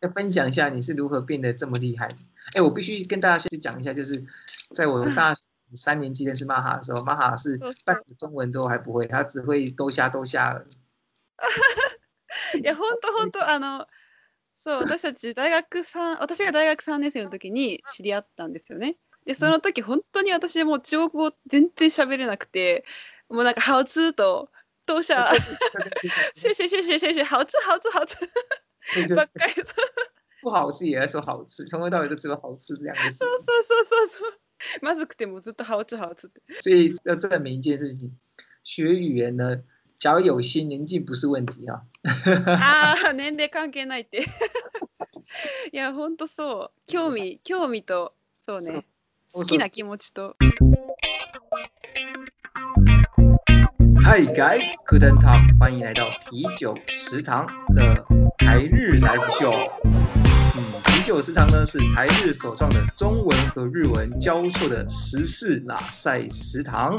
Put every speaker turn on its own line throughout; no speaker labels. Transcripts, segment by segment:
要分享一下你是如何变得这么厉害的。哎，我必须跟大家先讲一下，就是在我大学三年级认识玛哈的时候，玛哈是半个中文都还不会，他只会兜虾兜虾。
いや本当本当あのそう私たち大学三私が大学3年生の時に知り合ったんですよね。でその時本当に私もう中国語全然喋れなくてもうなんか「ハウツー」と「当 社」「シュシュシュシュシュシュハウツーハウツーハウツー」
对
ば
对
っ，か りそう
不好吃也在说好吃，从头到尾都只有好吃这两个字。
そうそうそうそうまずくてもずっと「ハウツーハウツー」 って
所以要证明一件事情，学语言呢，只要有心，年纪不是问题啊。
ああ年齢関係ないって いや本当そう興味興味とそう
そう
ね
好
好きな気持ちと
Hi guys, good talk，欢迎来到啤酒食堂的台日 live show。嗯，啤酒食堂呢是台日首创的中文和日文交错的时事拉塞食堂。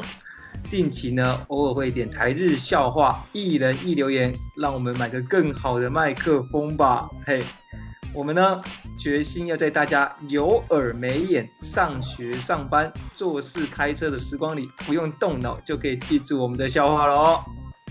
定期呢，偶尔会点台日笑话，一人一留言，让我们买个更好的麦克风吧。嘿，我们呢决心要在大家有耳没眼、上学、上班、做事、开车的时光里，不用动脑就可以记住我们的笑话哦喽。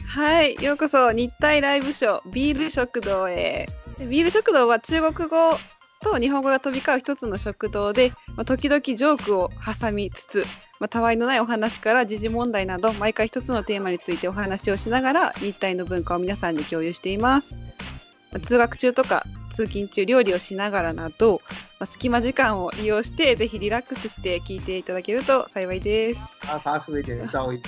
はい、ようこそ日体ライブショービール食堂へ。でビール食堂は中国語と日本語が飛び交う一つの食堂で、まあ、時々ジョークを挟みつつ、まあ、たわいのないお話から時事問題など毎回一つのテーマについてお話をしながら日体の文化を皆さんに共有しています。まあ通学中とか通勤中料理をしながらなど、まあ、隙間時間を利用してぜひリラックスして聞いていただけると幸いです。
啊，发出了一点的噪音。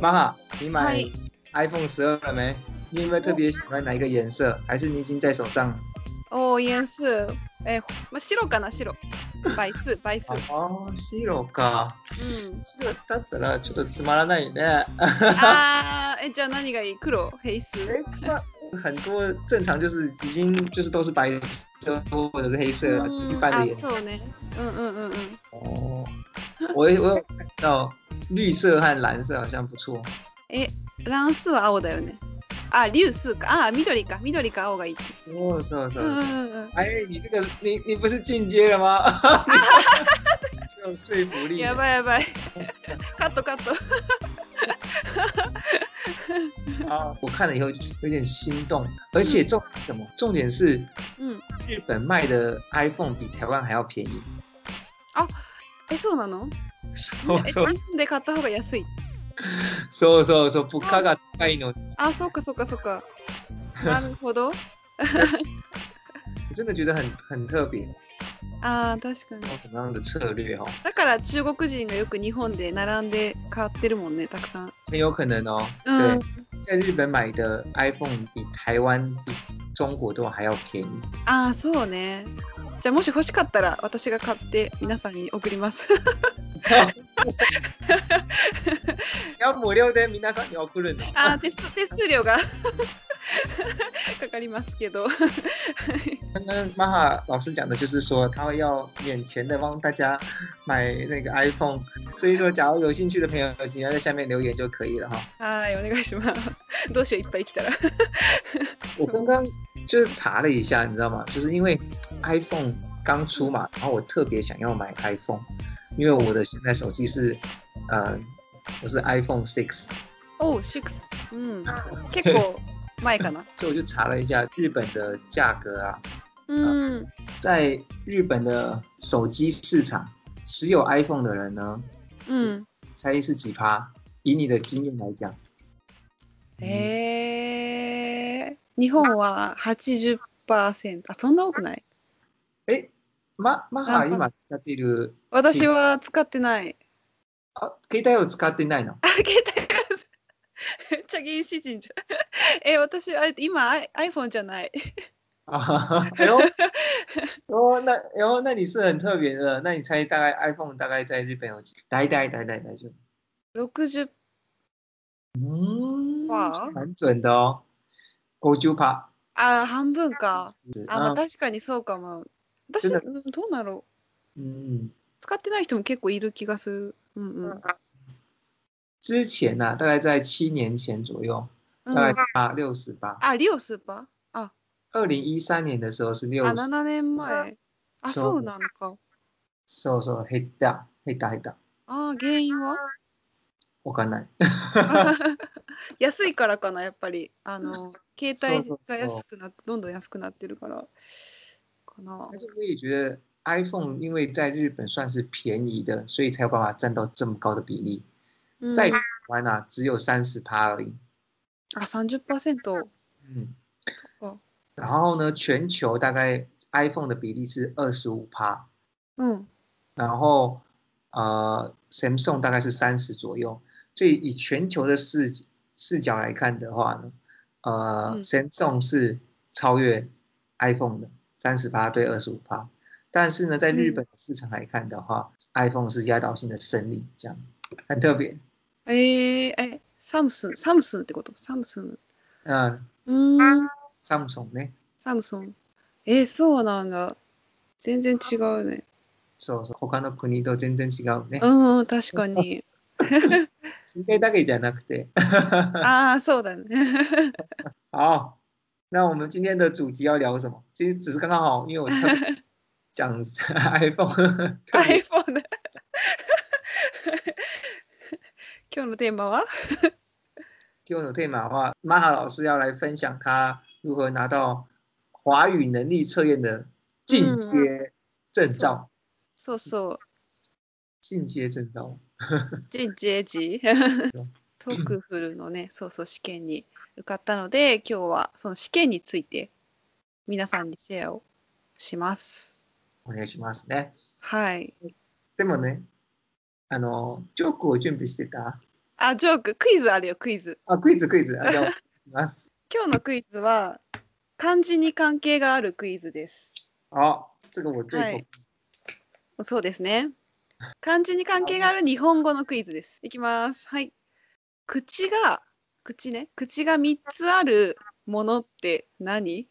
妈妈，你买 iPhone 十二了没？你有没有特别喜欢哪一个颜色？还是你已经在手上了？
おー、イエンス。えーまあ、白かな、白。倍 数、倍数。う
哦，西罗か。
ん。
西罗だったらちょっとつまらないね。
あー、え、じゃあ何がいい黒、ヘイス。
哎，那 很多正常就是已经就是都是白色或者是黑色
うん
一般的
あ
颜色。
そうね。うんうんうんうん。
哦，我我有看到绿色和蓝色好像不错。
え、乱数は青だよね。あ、竜数か。あー、緑か。緑か青がいい。
哦，是哦是
うんう
哦。是哦
んうん。
哎，你这个你你不是进阶了吗？ 这种说服力。
やばいや ばい。カットカット。
啊！我看了以后就有点心动，而且重点是什么？重点是
うん。
日本卖的 iPhone 比台湾还要便宜。
え、そうなの
そう
え、日
そう
本で買った方が安い。
そうそうそう、物価が高いの。
あ、そうかそうかそう か。なるほど。
我真的觉得很很特别，
あー、確かに。
什么样的策略哦？
だから中国人がよく日本で並んで買ってるもんね、たくさん。
很有可能哦。
嗯
对，在日本买的 iPhone 比台湾、比中国都还要便宜。
ああ、そうね。じゃあもし欲しかったら私が買って皆さんに送ります。
要無料で皆さんに送るの。
ああ、手数手数料が かかりますけど。
刚刚玛哈老师讲的就是说，他会要免钱的帮大家买那个 iPhone，所以说，假如有兴趣的朋友，请要在下面留言就可以了哈。
はい、お願いします。どうしよう、いっぱい来たら。
我刚刚就是查了一下，你知道吗？就是因为 iPhone 刚出嘛，然后我特别想要买 iPhone，因为我的现在手机是，呃，我是 iPhone Six，
おう、シックス。うん。結構前かな。
所以我就查了一下日本的价格啊，
うん。
在日本的手机市场，持有 iPhone 的人呢，
うん。
猜是几趴？以你的经验来讲，
へえ。日本は80%。あ、そんな多くない
え、ま、マハ今使っている、
私は使ってない。
あ、啊携帯を使ってないの
あ、携帯がめっちゃ原始人じゃん。え、私、あ今、I- iPhone じゃない。
啊，哎呦，哦，那，哎呦，那你是很特别的。那你猜大概 iPhone 大概在日本有几？来来来来来就，
60%。
嗯，
哇
蛮准的哦。五九趴，
あ、半分か。あ、まあ、
嗯
確かにそうかも。私、
真的
うんどうなろう。
嗯，
使ってない人も結構いる気がする。うんうん。
之前呢、大概在七年前左右，大
う
概
ん
是八六十八，
あ、リオスーパーあ、
二零一三年的时候是六
あ、
十，
7年前。あ、
そう
そうなのか。
そうそう減った減った減った。
あー、原 因は
わかんない。
安いからかな、やっぱり。あの、携帯
そうそ
が
う
安くなって、どんどん安くなってるから。かな
但。是我也觉得 iPhone 因为在日本算是便宜的，所以才有办法占到这么高的比例。
うん、
在台湾啊，只有三十趴而已。
あ、30%。
嗯，
そっか。
然后呢，全球大概 iPhone 的比例是二十五趴，
うん。
然后呃，Samsung 大概是三十左右。所以以全球的视视角来看的话呢，呃、
嗯
s a m s u n g 是超越 iPhone 的三十趴对二十五趴，但是呢，在日
嗯
本市场来看的话、i p h o n e 是压倒性的胜利，这样很特别。
えー、え、サムスン、サムスンってことサムスン。
嗯、
うーん。
Samsung ね、
サムソン。えー、そうなんだ。全然違うね。
そうそう、他の国と全然違うね。
うんうん、確かに。
世界だけじゃなくて。
ああ、そうだね。
好，那我们今天的主题要聊什么？其实只是刚刚好，因为我特别 讲 iPhone，特 别
iPhone だ。今日のテーマは
今日のテーマはマハ老师要来分享他如何拿到华语能力测验的进阶证照。
そうそう。
进阶证照，
ジェジェジトークフルのね、そうそう試験に受かったので、今日はその試験について皆さんにシェアをします。
お願いしますね。
はい。
でもね、あのジョークを準備してた。
あ、ジョーク、クイズあるよ、クイズ。
あ、クイズクイズ。あ、じゃあお願いします。
今日のクイズは、漢字に関係があるクイズです。
好，这个我最
は
懂
い。そうですね。漢字に関係がある日本語のクイズです。いきます。はい。口が、口ね、口が三つあるものって何？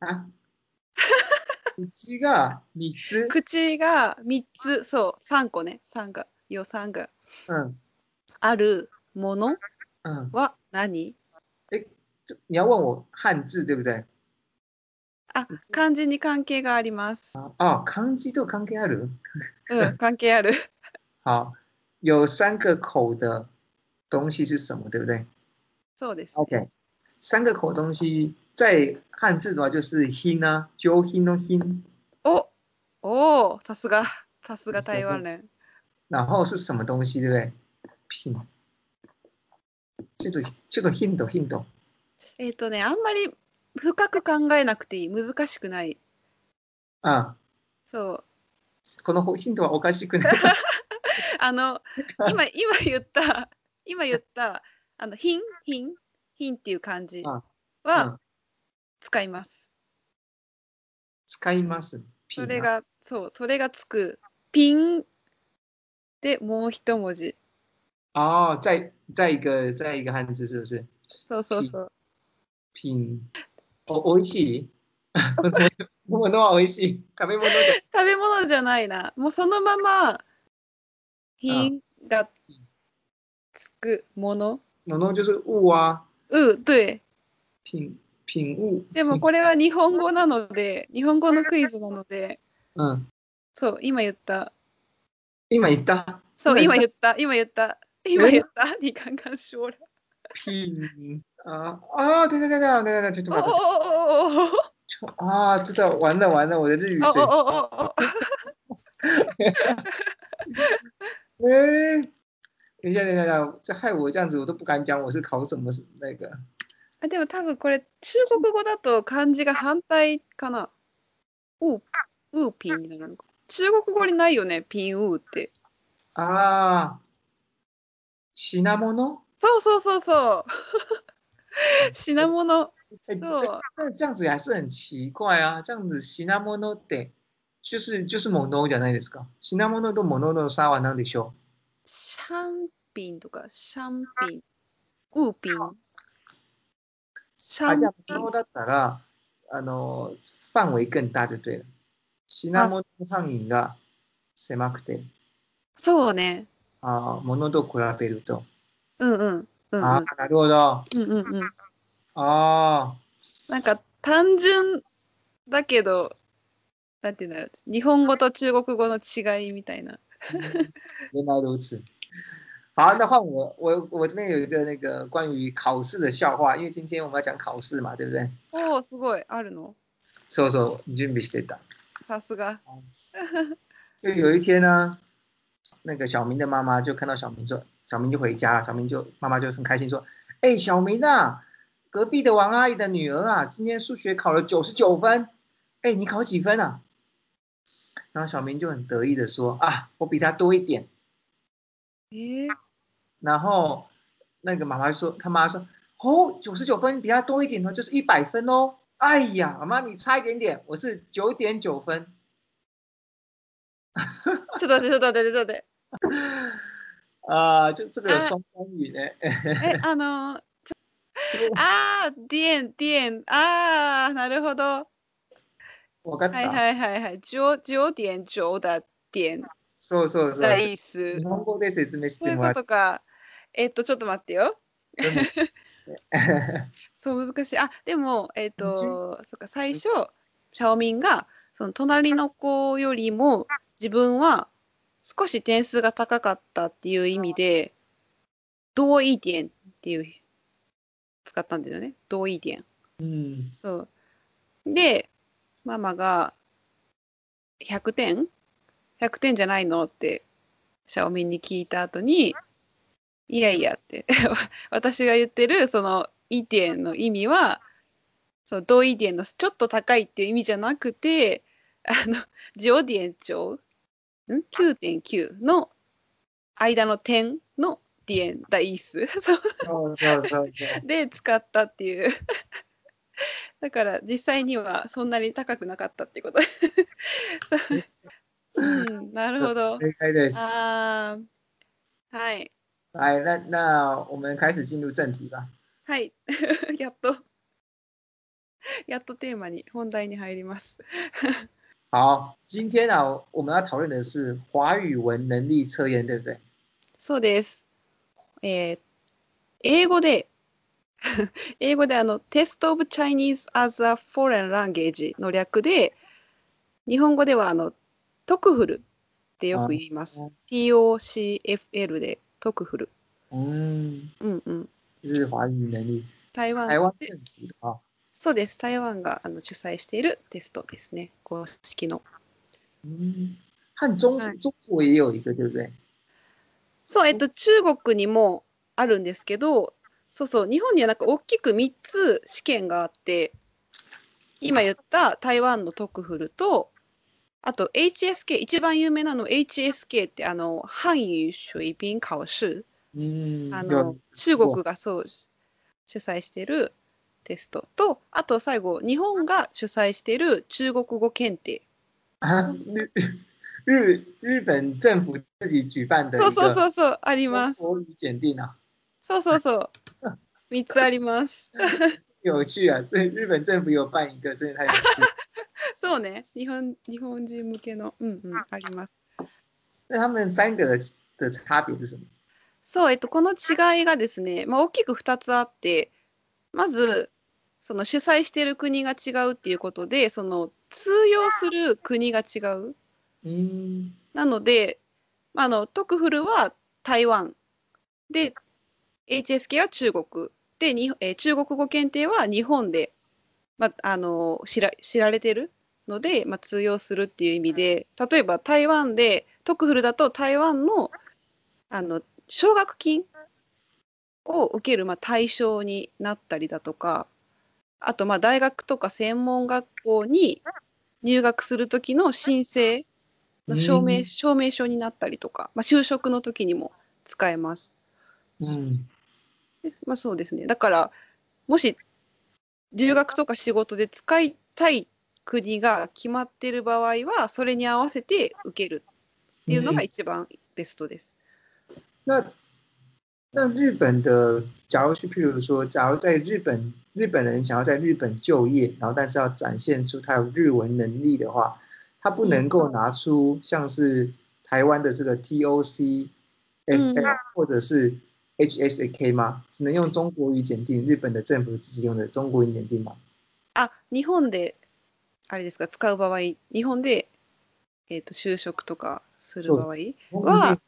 あ、うちが三つ。
口が三つ、そう、三個ね、三が、よ三が
嗯
あるもの
嗯，
は何？
这你要问我汉字对不对？
あ、漢字に関係があります。
哦，康基と関係ある。
うん、関係ある。
好，有三个口的东西是什么，对不对
そうです、ね。
？OK，三个口东西在汉字的话就是 hin 啊，就 hin 哦 hin，
お、おー、さすが、さすが台湾人。
然后是什么东西，对不对？pin，这个这个 hin 的 hin 的，
えっ、とね、あんまり深く考えなくていい、難しくない。
啊，
そう。
この hin はおかしくない。
あの 今今言った今言ったあの品品品っていう漢字
あうん
は使います。
使います。
それがそうそれがつくピンでもう一文字。
哦，再再一个再一个汉字是不是？
そうそうそう。
品，お美味し い。 物は美味しい。食べ物じ
食べ物じゃないな。もうそのまま品がつくもの。
ゃ、物就是物啊。
うん、对。
品品物。
でもこれは日本語なので、日本語のクイズなので、
うん。
そう、今言った
今言った。
そう、
今
今
言
言った、今言った、今言った、二冠干渉ら。
品啊啊！对对对对对对，ちょっと
お
待って。
おおおおおお
ちょ啊，知道，完了完了，我的日
哦
语水。
おおお
哎，等一下等一下，等一下这害我这样子，我都不敢讲我是考什么那个。
あ、でも多分これ中国語だと漢字が反対かな。ウー、ウーピンになるのか。中国語にないよね、ピンウーって。
ああ。品物？
そうそうそうそう。
哎，
品物。そう。
那这样子还是很奇怪啊！这样子品物って就是就是物じゃないですか。品物と物の差は何でしょ
シャンピンとか、シャンピン。ウーピン。シ
う？
ャ
あ
ン
じゃあ
ピ
物
ン。
だったらあの範围更大就对了。品物の範囲が狭くて、
そうね。
あ物と比べると。
うんうん。うんうん
ああなるほど。あ
うんうんうん。
あ
なんか単純だけど、なんていうんだろう、日本語と中国語の違いみたいな。
原来如此。好，那换我，我我这边有一个那个关于考试的笑话，因为今天我们要讲考试嘛，对不对？
おお、すごい、あるの
そうそう、準備してた。
さすが。
就有一天呢，那个小明的妈妈就看到小明说，小明就回家了，小明就妈妈就很开心说，哎、小明啊，隔壁的王阿姨的女儿啊，今天数学考了九十九分，哎、你考几分啊？然后小明就很得意的说啊，我比她多一点。
えー、
然后那个妈妈说，他妈说，哦，九十九分比他多一点哦，就是一百分哦。哎呀，妈妈你差一点点，我是九点九分。
ちょっと待って、ちょっと待って、ちょっと待って。
啊、就这个有双关语呢。哎
え、あのー、ちょあー、ディエン、ディエン、あー、なるほど。は
我刚
い
打，
はいはいはい。ジョ、ジョディエン、ジョーダディエン、
そうそうそう。
ダ
日
イス。
本語で説明し
そう
て
いう
もら
こ
って。
とか。えっと、ちょっと待ってよ。そう難しい。あでも、えっと
じゅ
そっか最初シャオミンがその隣の子よりも自分は少し点数が高かったっていう意味で「同意点」っていう使ったんだよね。同意点。
嗯，
そうでママが「100点 ?100 点じゃないの?」ってシャオミンに聞いた後に「いやいや」って 私が言ってるその「一点」の意味はその同意点のちょっと高いっていう意味じゃなくてあのジオディエンチョウん9.9の間の点のディエンダイ ス。そう
そうそうそうそう。
で使ったっていう だから実際にはそんなに高くなかったってこと そううんなるほど
正解です。
あーはい
来，那那我们开始进入正题吧。
はい やっと やっとテーマに本題に入ります
好，今天啊，我们要讨论的是华语文能力测验，对不对？
そうですえー英語で 英語であの Test of Chinese as a Foreign Language の略で日本語ではあのトクフルってよく言います
あ。
TOCFL でトクフル。
嗯，
うんうん。
就是华语能力，
台湾
台湾政府的啊。
そうです。台湾があの主催しているテストですね。公式の。
嗯，和中
はい
中国也有一个，对不对？
そう、えっと、中国にもあるんですけど、そうそう、日本にはなんか大きく3つ試験があって、今言った台湾のトクフルと、あと HSK、一番有名なの HSK って、あの、範囲水平考試、
嗯，
あの
有，
中国がそう主催してるテストと、あと最後、日本が主催してる中国語検定。
啊 日日日本政府自己举办的
そう
一
そう
个
そうそう、あり
中
ます。
国语检定啊，
そうそうそう。3つあります。
有趣啊！这日本政府有办一个，真的太有趣了。
そうね、日本日本人向けの、うんうん、あります。
那他们三个的的差别是什么？
そう、えっと、この違いがですね、まあ、大きく2つあって、まず、その主催している国が違うっていうことで、その通用する国が違う。
嗯，
なので、まあ、あのトクフルは台湾で、HSK は中国で、にえー中国語検定は日本で、まああの知ら知られてるので、まあ、通用するっていう意味で、例えば台湾で、トクフルだと台湾のあの奨学金を受ける、まあ、対象になったりだとか、あとまあ大学とか専門学校に入学するときの申請の証明,、
嗯
証明書になったりとか、まあ、就職の時にも使えます。
嗯，
でまあ、そうですねだからもし留学とか仕事で使いたい国が決まってる場合はそれに合わせて受けるっていうのが
嗯
一番ベストです。
那那日本的，假如去，譬如说，假如在日本，日本人想要在日本就业，然后但是要展现出他有日文能力的话，他不能够拿出像是台湾的这个 TOC、
嗯
FL 或者是 HSK 吗？只能用中国语检定，日本的政府自己用的中国语检定吗？
あ日本であれですか使う場合日本で、えー、と就職とかする場合は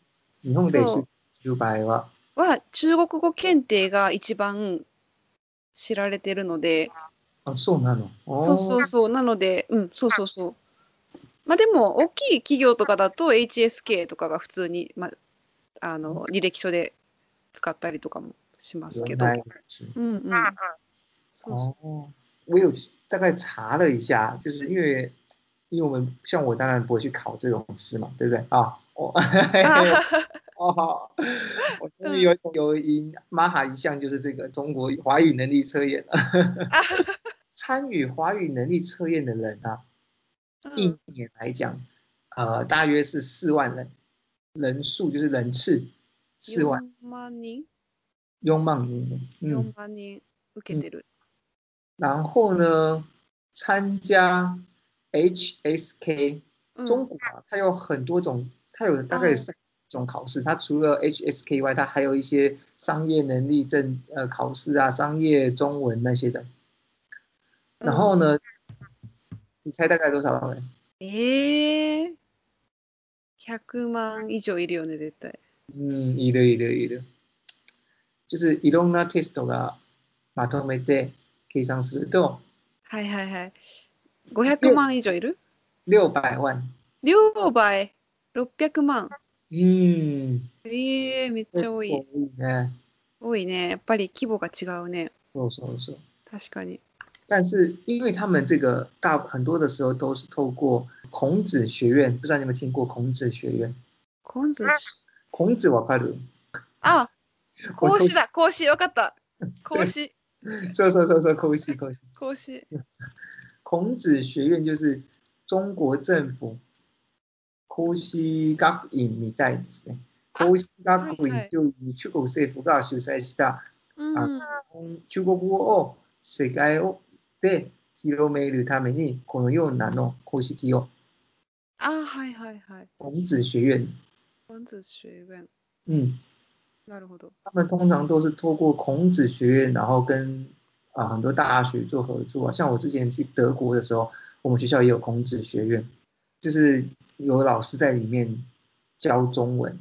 日本で
そ
就
う
する場合は、
は中国語検定が一番知られてるので
あ、そうなの。
そうそうそうなのでうんそうそうそうまあでも大きい企業とかだと HSK とかが普通に、まあ、あの履歴書で使ったりとかもします
原
けど。
来如此
嗯嗯，
嗯
そうそう
哦，我有大概查了一下，就是因为因为我们像我当然不会去考这种试嘛，对不对啊？我
啊
哦，我真的有有赢马哈一项就是这个中国华语能力测验，参与华语能力测验的人啊，一
嗯
年来讲，呃，大约是四万人，人数就是人次四万，
4万人
拥曼尼，嗯，
4万人受けてる。
然后呢，参加 HSK
うん
中国啊，它有很多种，它有大概有
哦
三种考试。它除了 HSK 以外，它还有一些商业能力证呃考试啊、商业中文那些的。然后呢，你猜大概多少人？
ええー、100万以上いるよね絶対。
嗯，一的一的一的，就是いろんなテストがまとめて計算すると
はいはいはい。500万以上いる？
六百万。
両倍600万。
嗯，
ええー、めっちゃ多い。
哎，
多いね。やっぱり規模が違うね。
そうそうそう。
確かに。
但是因为他们这个大很多的时候都是透过孔子学院，不知道你有没有听过孔子学院？
コンズ
孔子わかる？
あ、
我
孔子だ。孔子わかった。孔子
そうそうそうそう，孔子孔子，
孔子。
孔子学院就是中国政府孔子学院みたいですね。孔子学
はいは
院
い
という中国政府が主催した
うん。
中国語を世界をで広めるためにこのようなの公式を
あ、はいはいはい。
孔子学院。
コンズ学院。
嗯。
なるほど。
他们通常都是透过孔子学院，然后跟啊、很多大学做合作啊。像我之前去德国的时候，我们学校也有孔子学院，就是有老师在里面教中文。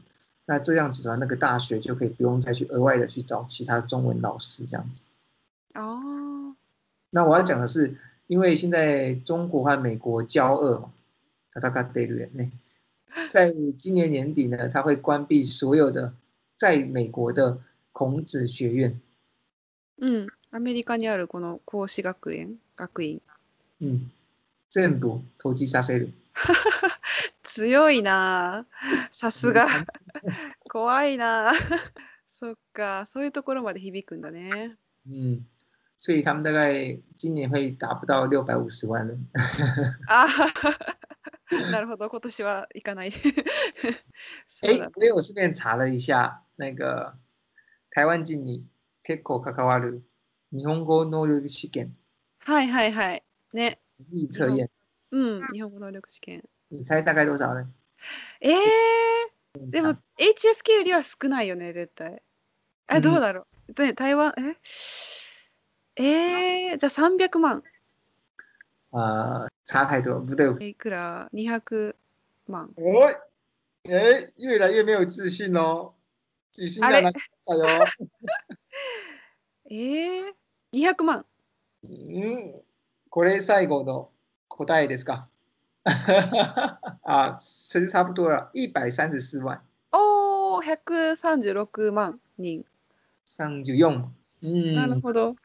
那这样子的话，那个大学就可以不用再去额外的去找其他中文老师这样子。
ああ。
那我要讲的是，因为现在中国和美国交恶嘛，他大概对了呢。在今年年底呢，他会关闭所有的在美国的孔子学院。
うん、アメリカにあるこの孔子学園学院
うん。全部投機させる。
強いなあさすが怖いな あそっかそういうところまで響くんだね
嗯，所以他们大概今年会达不到六百五十万人。
あなるほど今年は行かないそ
哎
うだ、
所以我顺便查了一下那个台湾经理 Keko k a k a w a r 日本語能力試験
はいはいはいね
力测验，
うん日本語能力試験
你猜大概多少人？
えー、でも HSK よりは少ないよね絶対
う
あ
ん
どうだろう、で台湾ええー、じゃあ300万
呃，差太多，不对。
えいくら200万。
哦，哎，越来越没有自信喽，自信
要拿
哎哟，
えー、200万。
うん、これ最後の答えですかあ、其实差不多了，一百三十四万
おお、136万人。
三十四。
なる
嗯，
ほど。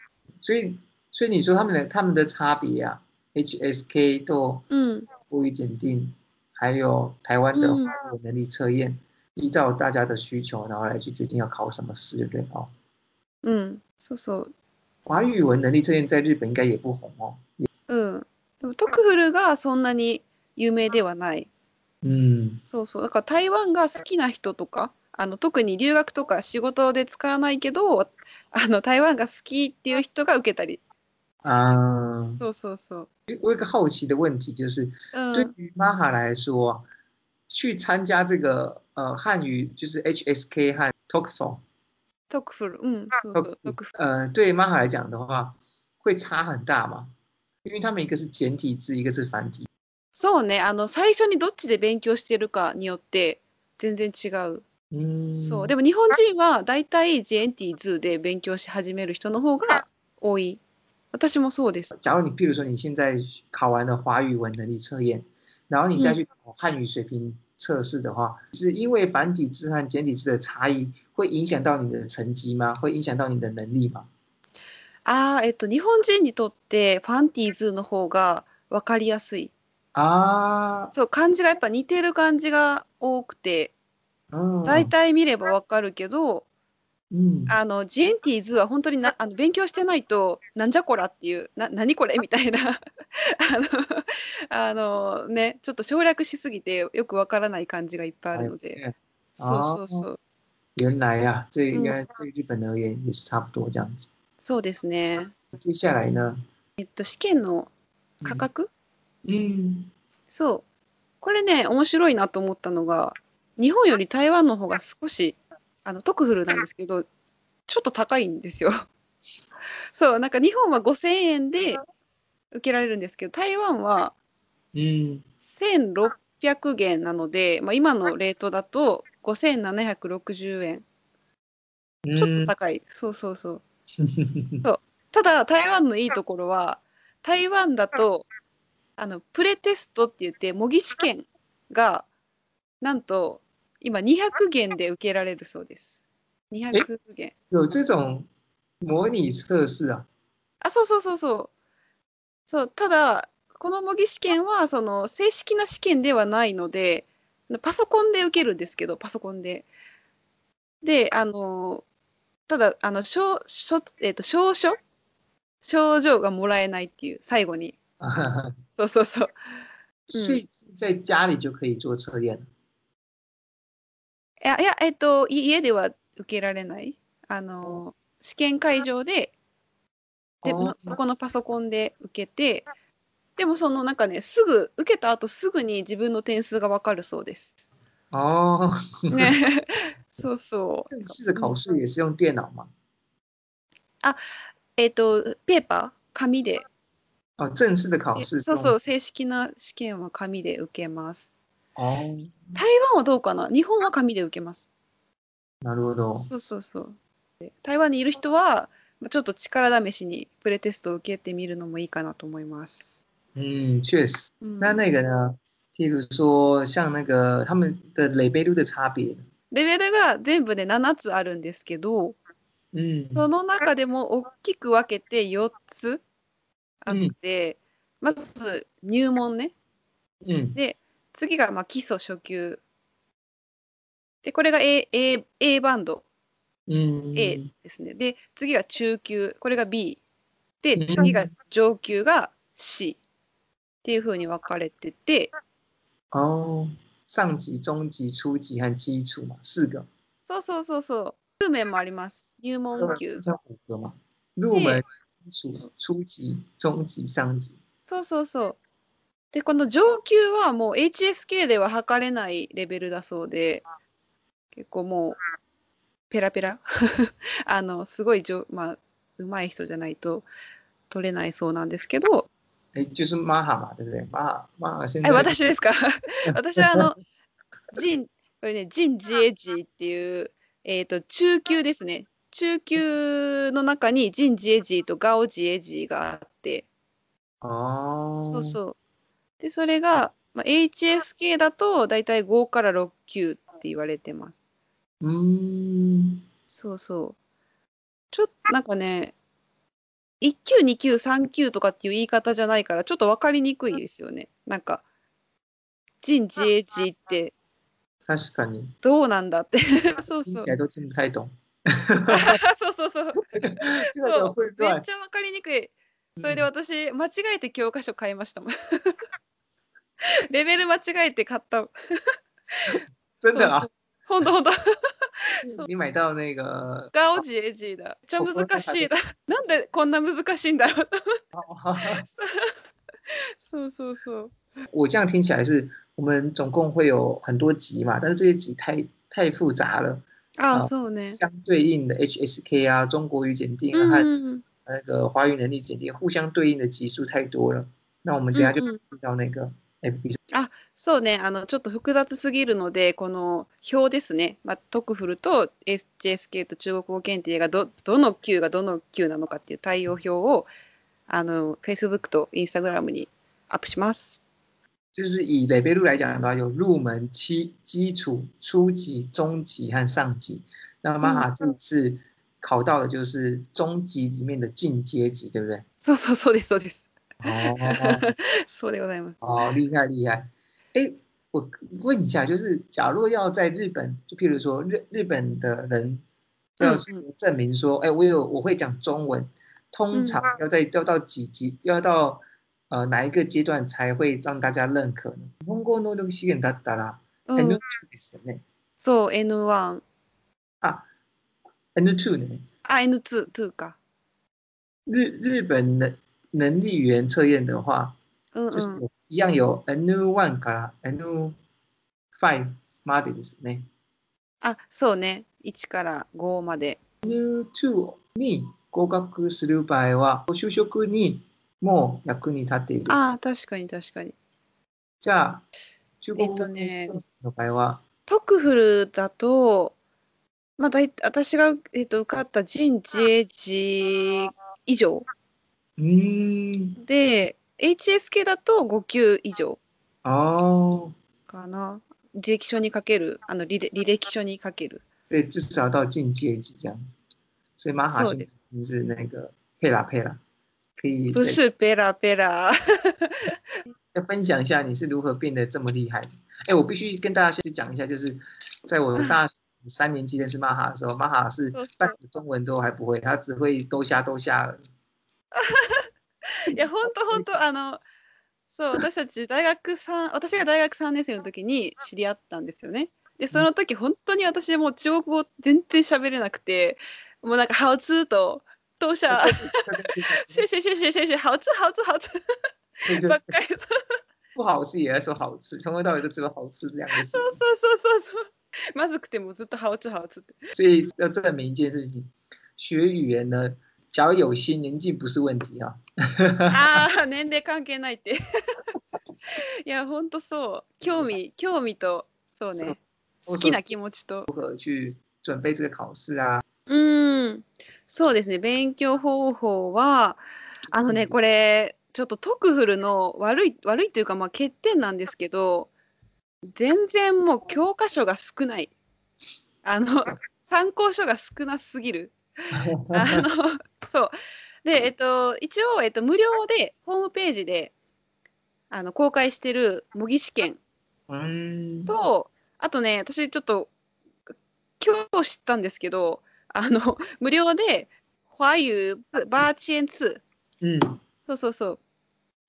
所以所以你说他们的他们的差别啊，HSK 都
うん。
国语检定，还有台湾的
嗯
华文能力测验，依照大家的需求，然后来去决定要考什么试，对不对哦？
うん。そうそう。
华语文能力测验在日本应该也不红哦。
うん。でもトクフルがそんなに有名ではない。
嗯
そうそう。だから台湾が好きな人とか、あの特に留学とか仕事で使わないけど、あの台湾が好きっていう人が受けたり。
啊，
そうそうそう。
我有一个好奇的问题就是。
うん。
对于玛哈来说，去参加这个呃汉语就是 HSK 和 TOEFL，
トクフル。うん。そうそう。トクフ
呃，对玛哈来讲的话，会差很大嘛？因为他们一个是简体字，一个是繁体。
そうねあの最初にどっちで勉強してるかによって全然違う、
嗯，
そうでも日本人はだいたい GNT2 で勉強し始める人の方が多い私もそうです
假如你譬如说你现在考完了华语文能力测验，然后你再去考汉语水平测试的话，是因为繁体字和简体字的差异会影响到你的成绩吗？会影响到你的能力吗？
あーえっと日本人にとってファンティーズの方が分かりやすい
啊，
そう漢字がやっぱ似てる漢字が多くて
嗯，
大体見れば分かるけど、
嗯，
あのジエンティーズは本当になあの勉強してないとなんじゃこらっていうな何これみたいな あのあのねちょっと省略しすぎてよくわからない感じがいっぱいあるので、
はい
そうそうそう
原来啊，这应
嗯
该对日本而言也是差不多这样子。
そうですね、
接下来呢？
えっと、試験の価
嗯
格、
嗯
そうこれね面白いなと思ったのが日本より台湾の方が少しあのトクフルなんですけどちょっと高いんですよ。 そうなんか日本は5,000円で受けられるんですけど台湾は
嗯
1600元なので、まあ、今のレートだと5760円ちょっ と
嗯，
高い、そうそうそうただ台湾のいいところは台湾だとあのプレテストって言って模擬試験がなんと今200元で受けられるそうです200元
有这种模拟测试啊？
あそうそうそうそうそうただこの模擬試験はその正式な試験ではないのでパソコンで受けるんですけどパソコンでであのただあの証書、えっと証書症状がもらえないっていう最後に そうそうそう
所以在家里就可以做测验了。
いやいやえっ、とい家では受けられないあの試験会場でで
哦
そこのパソコンで受けてでもそのなんかねすぐ受けた後すぐに自分の点数が分かるそうです。
哦，
ね、そうそう。
正式的考试也是用电脑嘛？
えっ、とペーパー紙で
哦，正式的考
え
试是
そう
用
そう正式な試験は紙で受けます。
哦，
台湾はどうかな日本は紙で受けます。
なるほど。
そうそうそう。で台湾にいる人はまあちょっと力試しにプレテストを受けてみるのもいいかなと思います。
嗯，确实。
うん
那那个呢？譬如说像那个他们的累倍率的差别，
レベルが全部で7つあるんですけど
嗯，
その中でも大きく分けて4つあって、まず入門ね
嗯
次がまあ基礎初級でこれが A, A, A バンド
嗯
A ですねで次が中級これが B で
うん
次が上級が C っていうふうに分かれてて
哦，上级、中级、初级和基础嘛，四个。
そうそうそうそう9面もあります入門級
这样五个嘛，入门、基础、初级、中级、上级。
そうそうそう。で、この上級はもう HSK では測れないレベルだそうで、結構もう、ペラペラ。 あの、すごい上、まあ、上手い人じゃないと取れないそうなんですけど、
哎，就是玛哈嘛，对不对？玛哈，玛哈现
え、
在
私ですか私はあの、ジン、これね、ジン GH っていう、えっ、と、中級ですね。中級の中にジン GH とガオ GH があって、
哦，
そうそう。で、それが、まあ、HSK だと大体5から6級って言われてます。
嗯，
そうそう。ちょっとなんかね、1級、2級、3級とかっていう言い方じゃないから、ちょっと分かりにくいですよね。なんか、人 GH って
確かに
どうなんだって。 そう
听
そう
起。来都听不太懂，
そうそうそう。
这个有点混
めっ
乱。嗯
ちゃ分かりにくい。それで私、間違えて教科書買いましたもん。 レベル間違えて買った。
真的 啊，
ほんとほんと。
你买到那个，
ガオジエジーだ。めっちゃ難しいだ。なんでこんな難しいんだろう。
哦
そうそうそう。
我这样听起来是我们总共会有很多级嘛，但是这些级太太复杂了，
あ
あ
あ、そうね。
相对应的 HSK 啊、中国语检定
う
啊和
ん。
那个华语能力检定互相对应的级数太多了。那我们等一下就
うんうん
到那个 FB 上。
そうね、あのちょっと複雑すぎるので、この表ですね、まあ、トクフルと SJSK と中国語検定がどどの級がどの級なのかっていう対応表をあの Facebook と Instagram にアップします。
就是以累贝路来讲的话，有入门、基基础、初级、中级和上级。那玛哈这次考到的就是中级里面的进阶级，对不对？
そうそうそうです、そうです。
哦，
そうでございます。
好哦厉害厉害！哎，我问一下，就是假如要在日本，就譬如说日日本的人要
嗯
去
嗯
证明说，哎，我有我会讲中文，通
嗯
常要在要到几级，要到呃哪一个阶段才会让大家认可呢？日本語能力試験だったら
う
N
ん、
ですよね。啊
そう、N1。
あ、N2 ね。
あ、N2、2か。
日日本能能力语言测验的话，
うんう
就是
ん。
有一样有 N1 から N5 までですね。
あ、そうね。1から5まで。
N2 に合格する場合は、就職にも役に立っている。
ああ、確かに確かに。
じゃあ、中国
えっとね
の場合は、
トクフルだと、まあ、だい私が、えっと受かった人事 H 以上
うーん、
で HSK だと5級以上
ああ、
かな履歴書にかけるあの履歴履歴書にかける
所以至少到进阶级这样子。所以马哈
そう
先
で
生是那个佩拉佩拉，可以
不
再
是ペラペラ
再分享一下你是如何变得这么厉害的。哎，我必须跟大家先讲一下，就是在我大学三年级认识马哈的时候，马哈是
そうそう
半个中文都还不会，他只会兜虾兜虾而已。
いや本当本当あのそう私たち大学三私が大学3年生の時に知り合ったんですよね。でその時本当に私もう中国語全然喋れなくてもうなんか「ハウツー」と「当社」シュシュシュシュシュシュ好吃好吃好吃
所以就
ばっかりそう
不好吃也在说好吃，从头到尾都只有好吃这两个字。
そうそうそうそうまずくてもずっと好吃好吃って
所以要证明一件事情，学语言呢，只要有心，年纪不是问题啊。
ああ年齢関係ないっていやほんとそう興味興味とそう
そう
ね好きな気持ちと
准备这个考试啊，
うんそうですね勉強方法はあのねこれちょっとトクフルの悪い悪いというかまあ欠点なんですけど全然もう教科書が少ないあの参考書が少なすぎる あのそうでえっと一応、えっと、無料でホームページであの公開してる模擬試験
嗯，
とあとね私ちょっと今日知ったんですけどあの 無料で「華语バーチエン2
嗯，」
そうそうそう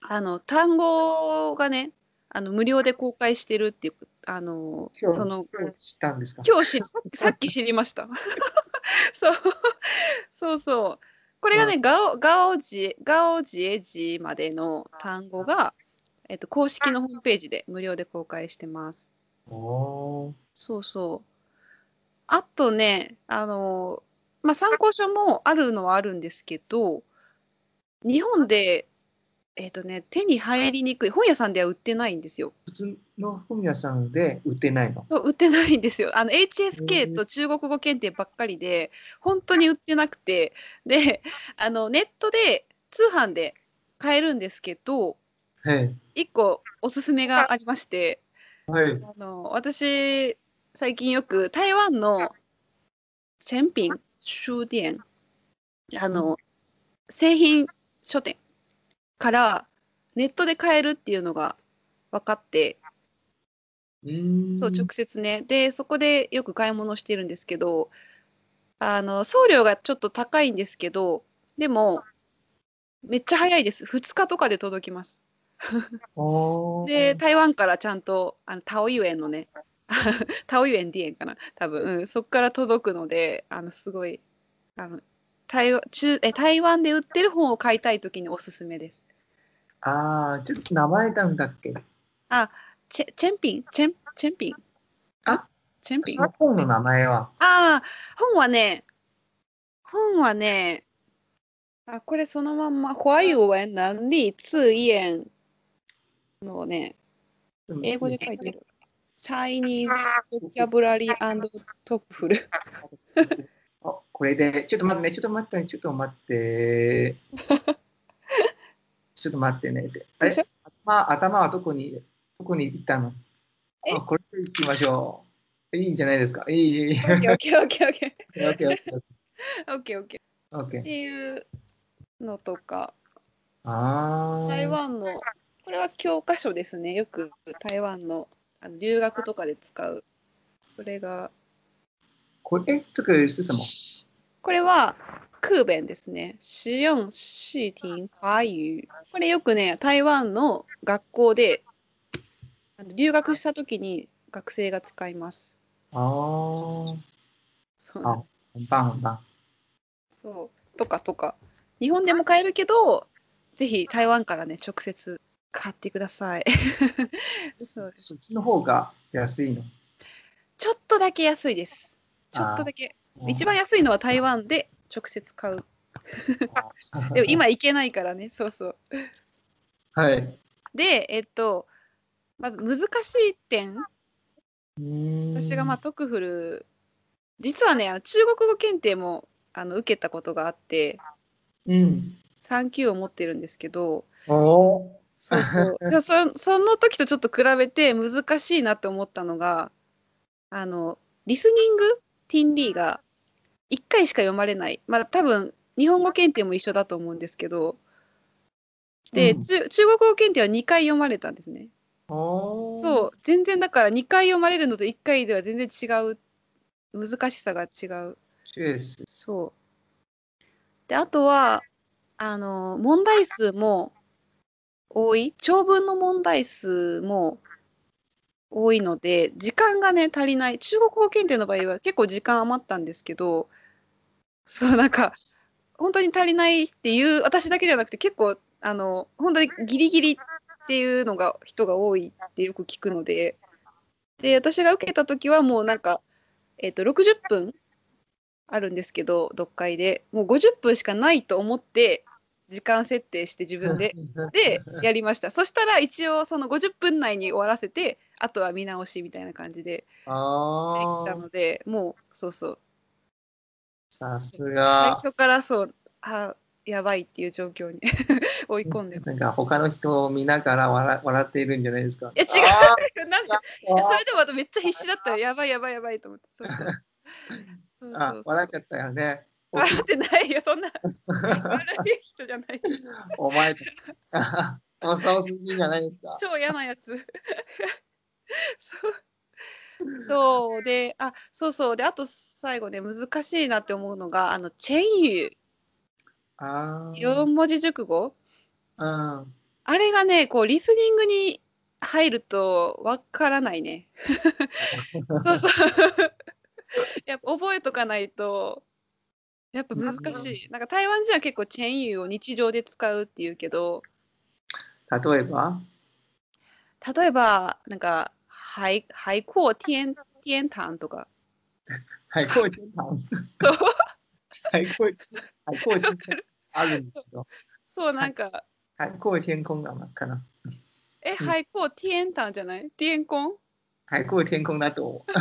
あの単語がねあの無料で公開してるっていうあの
今日
その
知ったんですか？
今日しさっき知りました そうそうそうこれがね「ガオガオジガオジエジ」までの単語が、えっと、公式のホームページで無料で公開してます
哦，
そうそう。あとね、あの、まあ、参考書もあるのはあるんですけど、日本で、えっ、とね、手に入りにくい、本屋さんでは売ってないんですよ。
普通の本屋さんで売ってないの。
そう、売ってないんですよ。あの、
へ
HSK
ー
と中国語検定ばっかりで、本当に売ってなくて、で、あの、ネットで、通販で買えるんですけど、
嘿，
1個おすすめがありまして、
嘿，
あの私最近よく台湾のチェンピン書店あの製品書店からネットで買えるっていうのが分かって
嗯，
そう直接ねでそこでよく買い物してるんですけどあの送料がちょっと高いんですけどでもめっちゃ早いです2日とかで届きます。
哦，
で台湾からちゃんとあのタオユエンのね タオユエンディエンかな多分、うん、そこから届くのであのすごいあの台湾中え台湾で売ってる本を買いたい時におすすめです。
啊，这个名前なんだっけ？
チェチェンピンチェンチェンピン
あ
チェンピン
その本の名前は。
ああ本はね本はねあ、これそのまんま、華语文能力自演のね、
うん
英語で書いてる。Chinese Vocabulary and Talkful。
あこれで、ちょっと待ってね、ちょっと待って、ちょっと待 って。ちょっと待ってねって。あれ
でしょ
頭頭はどこに、どこに行ったの
え
あこれで行きましょう。いいんじゃないですか。いい、いい、い い。
OKOKOKOKOK
オッケーオッケーオッケーオッ
っ
ケ
ていうのとか、
ー。ああ。
台湾の、これは教科書ですね。よく台湾のあの留学とかで使う。これが、
これ、え这个是什么
これは空弁ですね。使用视听华语。これよくね、台湾の学校であの留学した時に学生が使います。
あ
そう
あ。あ、很棒、很棒。
そうとかとか日本でも買えるけどぜひ台湾からね直接買ってください そう
そっちの方が安いの。
ちょっとだけ安いですちょっとだけ一番安いのは台湾で直接買う
あー
でも、今行けないからねそうそう
はい。
でえっとまず難しい点私
私
がまあ、トクフル実はねあの中国語検定もあの受けたことがあって
うん。
3級を持ってるんですけど
おお
そうそう。 じゃそその時とちょっと比べて難しいなって思ったのが、あの、リスニングティンリーが1回しか読まれない。まあ多分、日本語検定も一緒だと思うんですけど、で、
うん
中中国語検定は2回読まれたんですね。
ー。おー
そう、全然だから2回読まれるのと1回では全然違う、難しさが違う。
确实。
そう。で、あとは、あの、問題数も多い、長文の問題数も多いので、時間がね、足りない。中国語検定の場合は結構時間余ったんですけど、そう、なんか、本当に足りないっていう、私だけじゃなくて結構、あの、本当にギリギリっていうのが、人が多いってよく聞くので、で、私が受けた時はもうなんか、えっ、と、60分あるんですけど読解でもう50分しかないと思って時間設定して自分ででやりましたそしたら一応その50分内に終わらせてあとは見直しみたいな感じでで
あ
きた
ー
のでもうそうそう
さす
最
が。
初からそうあやばいっていう状況に 追い込んでます
なんか他の人を見ながら笑笑っているんじゃないですか。
いや違う
あ
なんか
ー
それでもめっちゃ必死だったよやばいやばいやばいと思ってそうそうそう
あ
そう
笑っちゃったよね。
笑ってないよ そんな悪い人じゃない
お前、 遅すぎじゃないですか。
超嫌なやつ。 そうそうで、あそうそうで、あと最後ね、難しいなって思うのが、あのチェンユ、
あ
4文字熟語、
あ。
あれがね、こうリスニングに入るとわからないね。 そう そう。やっぱ覚えとかないと、やっぱ難しい。なんか台湾人は結構チェンユを日常で使うっていうけど、
うん。例えば、
例えば、なんか、海海阔天天堂とか。
海阔天堂。海阔、海阔天空。あるんですよ。
そう、なんか、
海阔天空がかな。う
え、
ん
海阔天堂じゃない天空
海阔天空だと。わ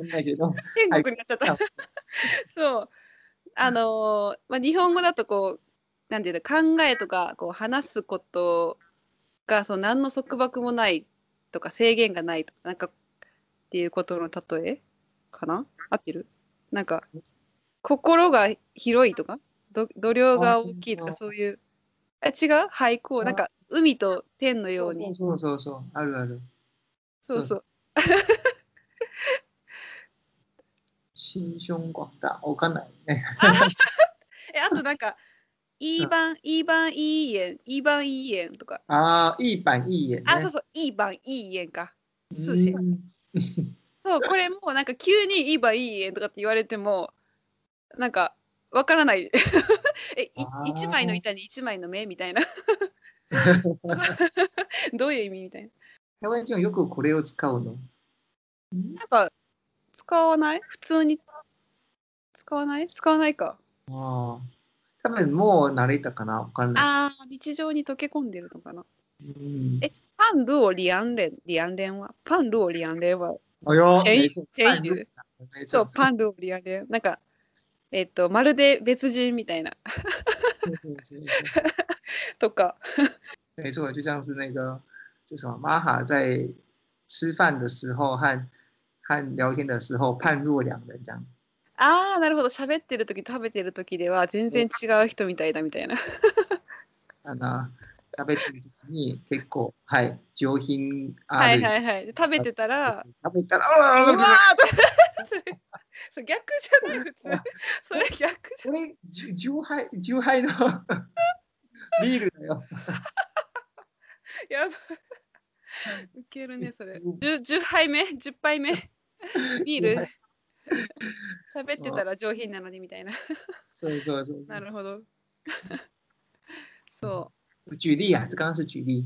かんないけど。
天国になっちゃった。
はい
そう。あのーまあ、日本語だとこう、なんていうの、考えとか、こう、話すことが、そう、何の束縛もないとか、制限がないとか、なんか、っていうことの例えかな合ってるなんか、心が広いとか、ど度量が大きいとか、
あ
そういう。え、違う海こうなんか、海と天のように。
そうそうそう。あるある。
そうそう。
心胸广大。わかんないね。
え、あとなんか、一番、一番いい円、一番いい円とか。
ああ、いい版いいね。
あ、そうそう、一番いい円か。そうしよ
ん
そう、これもうなんか急に一番いい円とかって言われても、なんか、わからない。 え、い
あー
一枚の板に一枚の目 みたいな。どういう意味みたいな。
台湾人はよくこれを使うの。
なんか、使わない普通に。使わない使わないか。
ああ。多分もう慣れたかなわかんない。
ああ、日常に溶け込んでるのかな。
うん
えパンルオリアンレン、リアンレンは、パンルオリアンレンは、
哎呦，
前
没错
前一年
没
そ
错
う、パンルオリアンレン、なんか、えっと、まるで別人みたいな、 とか、
没错，就像是那个这什么玛哈在吃饭的时候和和聊天的时候判若两人这样。
ああ、なるほど、喋ってる時と食べてる時では全然違う人みたいだみたいな。
あの喋ってる時に結構はい上品あ
はい
る。
はいはい。で食べてたら、
食べたら
う
あ
わー
あああ
それ逆じゃない、普通。それ逆じゃない。
これ十十杯十杯のビールだよ。
やばい。ウケるね、そ
す
れ
ごい。
十十杯目、十杯目。ビー
は
ル
い。
喋ってたら上品なのにみたいな。
そうそうそう。
なるほど。そ
举例啊，这刚刚是举例。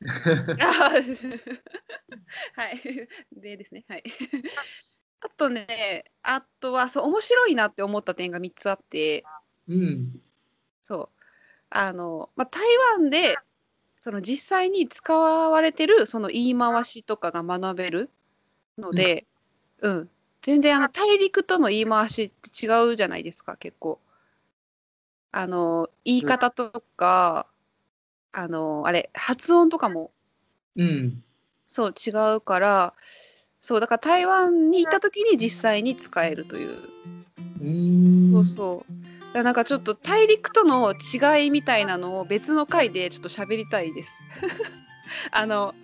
う。 あーはい。でですね。はい。あとね、あとはそう面白いなって思った点が3つあって、
うん。
そう。あの、まあ、台湾でその実際に使われてるその言い回しとかが学べるので、うん、全然あの大陸との言い回しって違うじゃないですか結構。あの言い方とか、あのあれ発音とかも
うん。
そう違うからそうだから台湾に行った時に実際に使えるという
うん。
そうそう。だからなんかちょっと大陸との違いみたいなのを別の回でちょっと喋りたいです。 あの、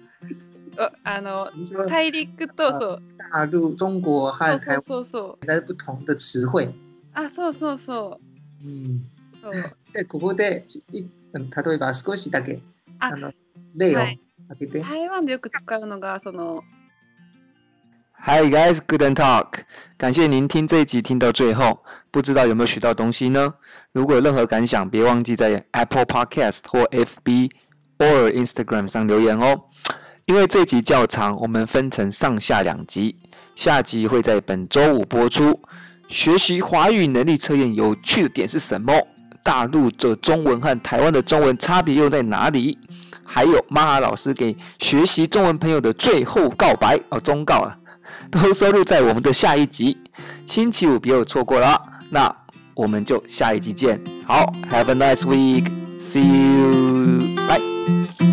ああの、
你说
大陸とそう、
大陆、中国
そ
和
う
台
そう
湾
そうそう。
だいぶ不同的词汇。嗯
あ、そうそうそ
うん。
う。そう
で、ここで、い例えば少しだけ、
あ
の例を
はい
開けて。
台湾でよく使うのが、その、
Hi guys, good and talk。感谢您听这一集听到最后，不知道有没有学到东西呢？如果有任何感想，别忘记在 Apple Podcast 或 FB or Instagram 上留言哦。因为这集较长，我们分成上下两集，下集会在本周五播出。学习华语能力测验有趣的点是什么？大陆的中文和台湾的中文差别又在哪里？还有玛哈老师给学习中文朋友的最后告白哦，忠告了。都收录在我们的下一集，星期五别有错过了。那我们就下一集见。好，Have a nice week，see you，bye。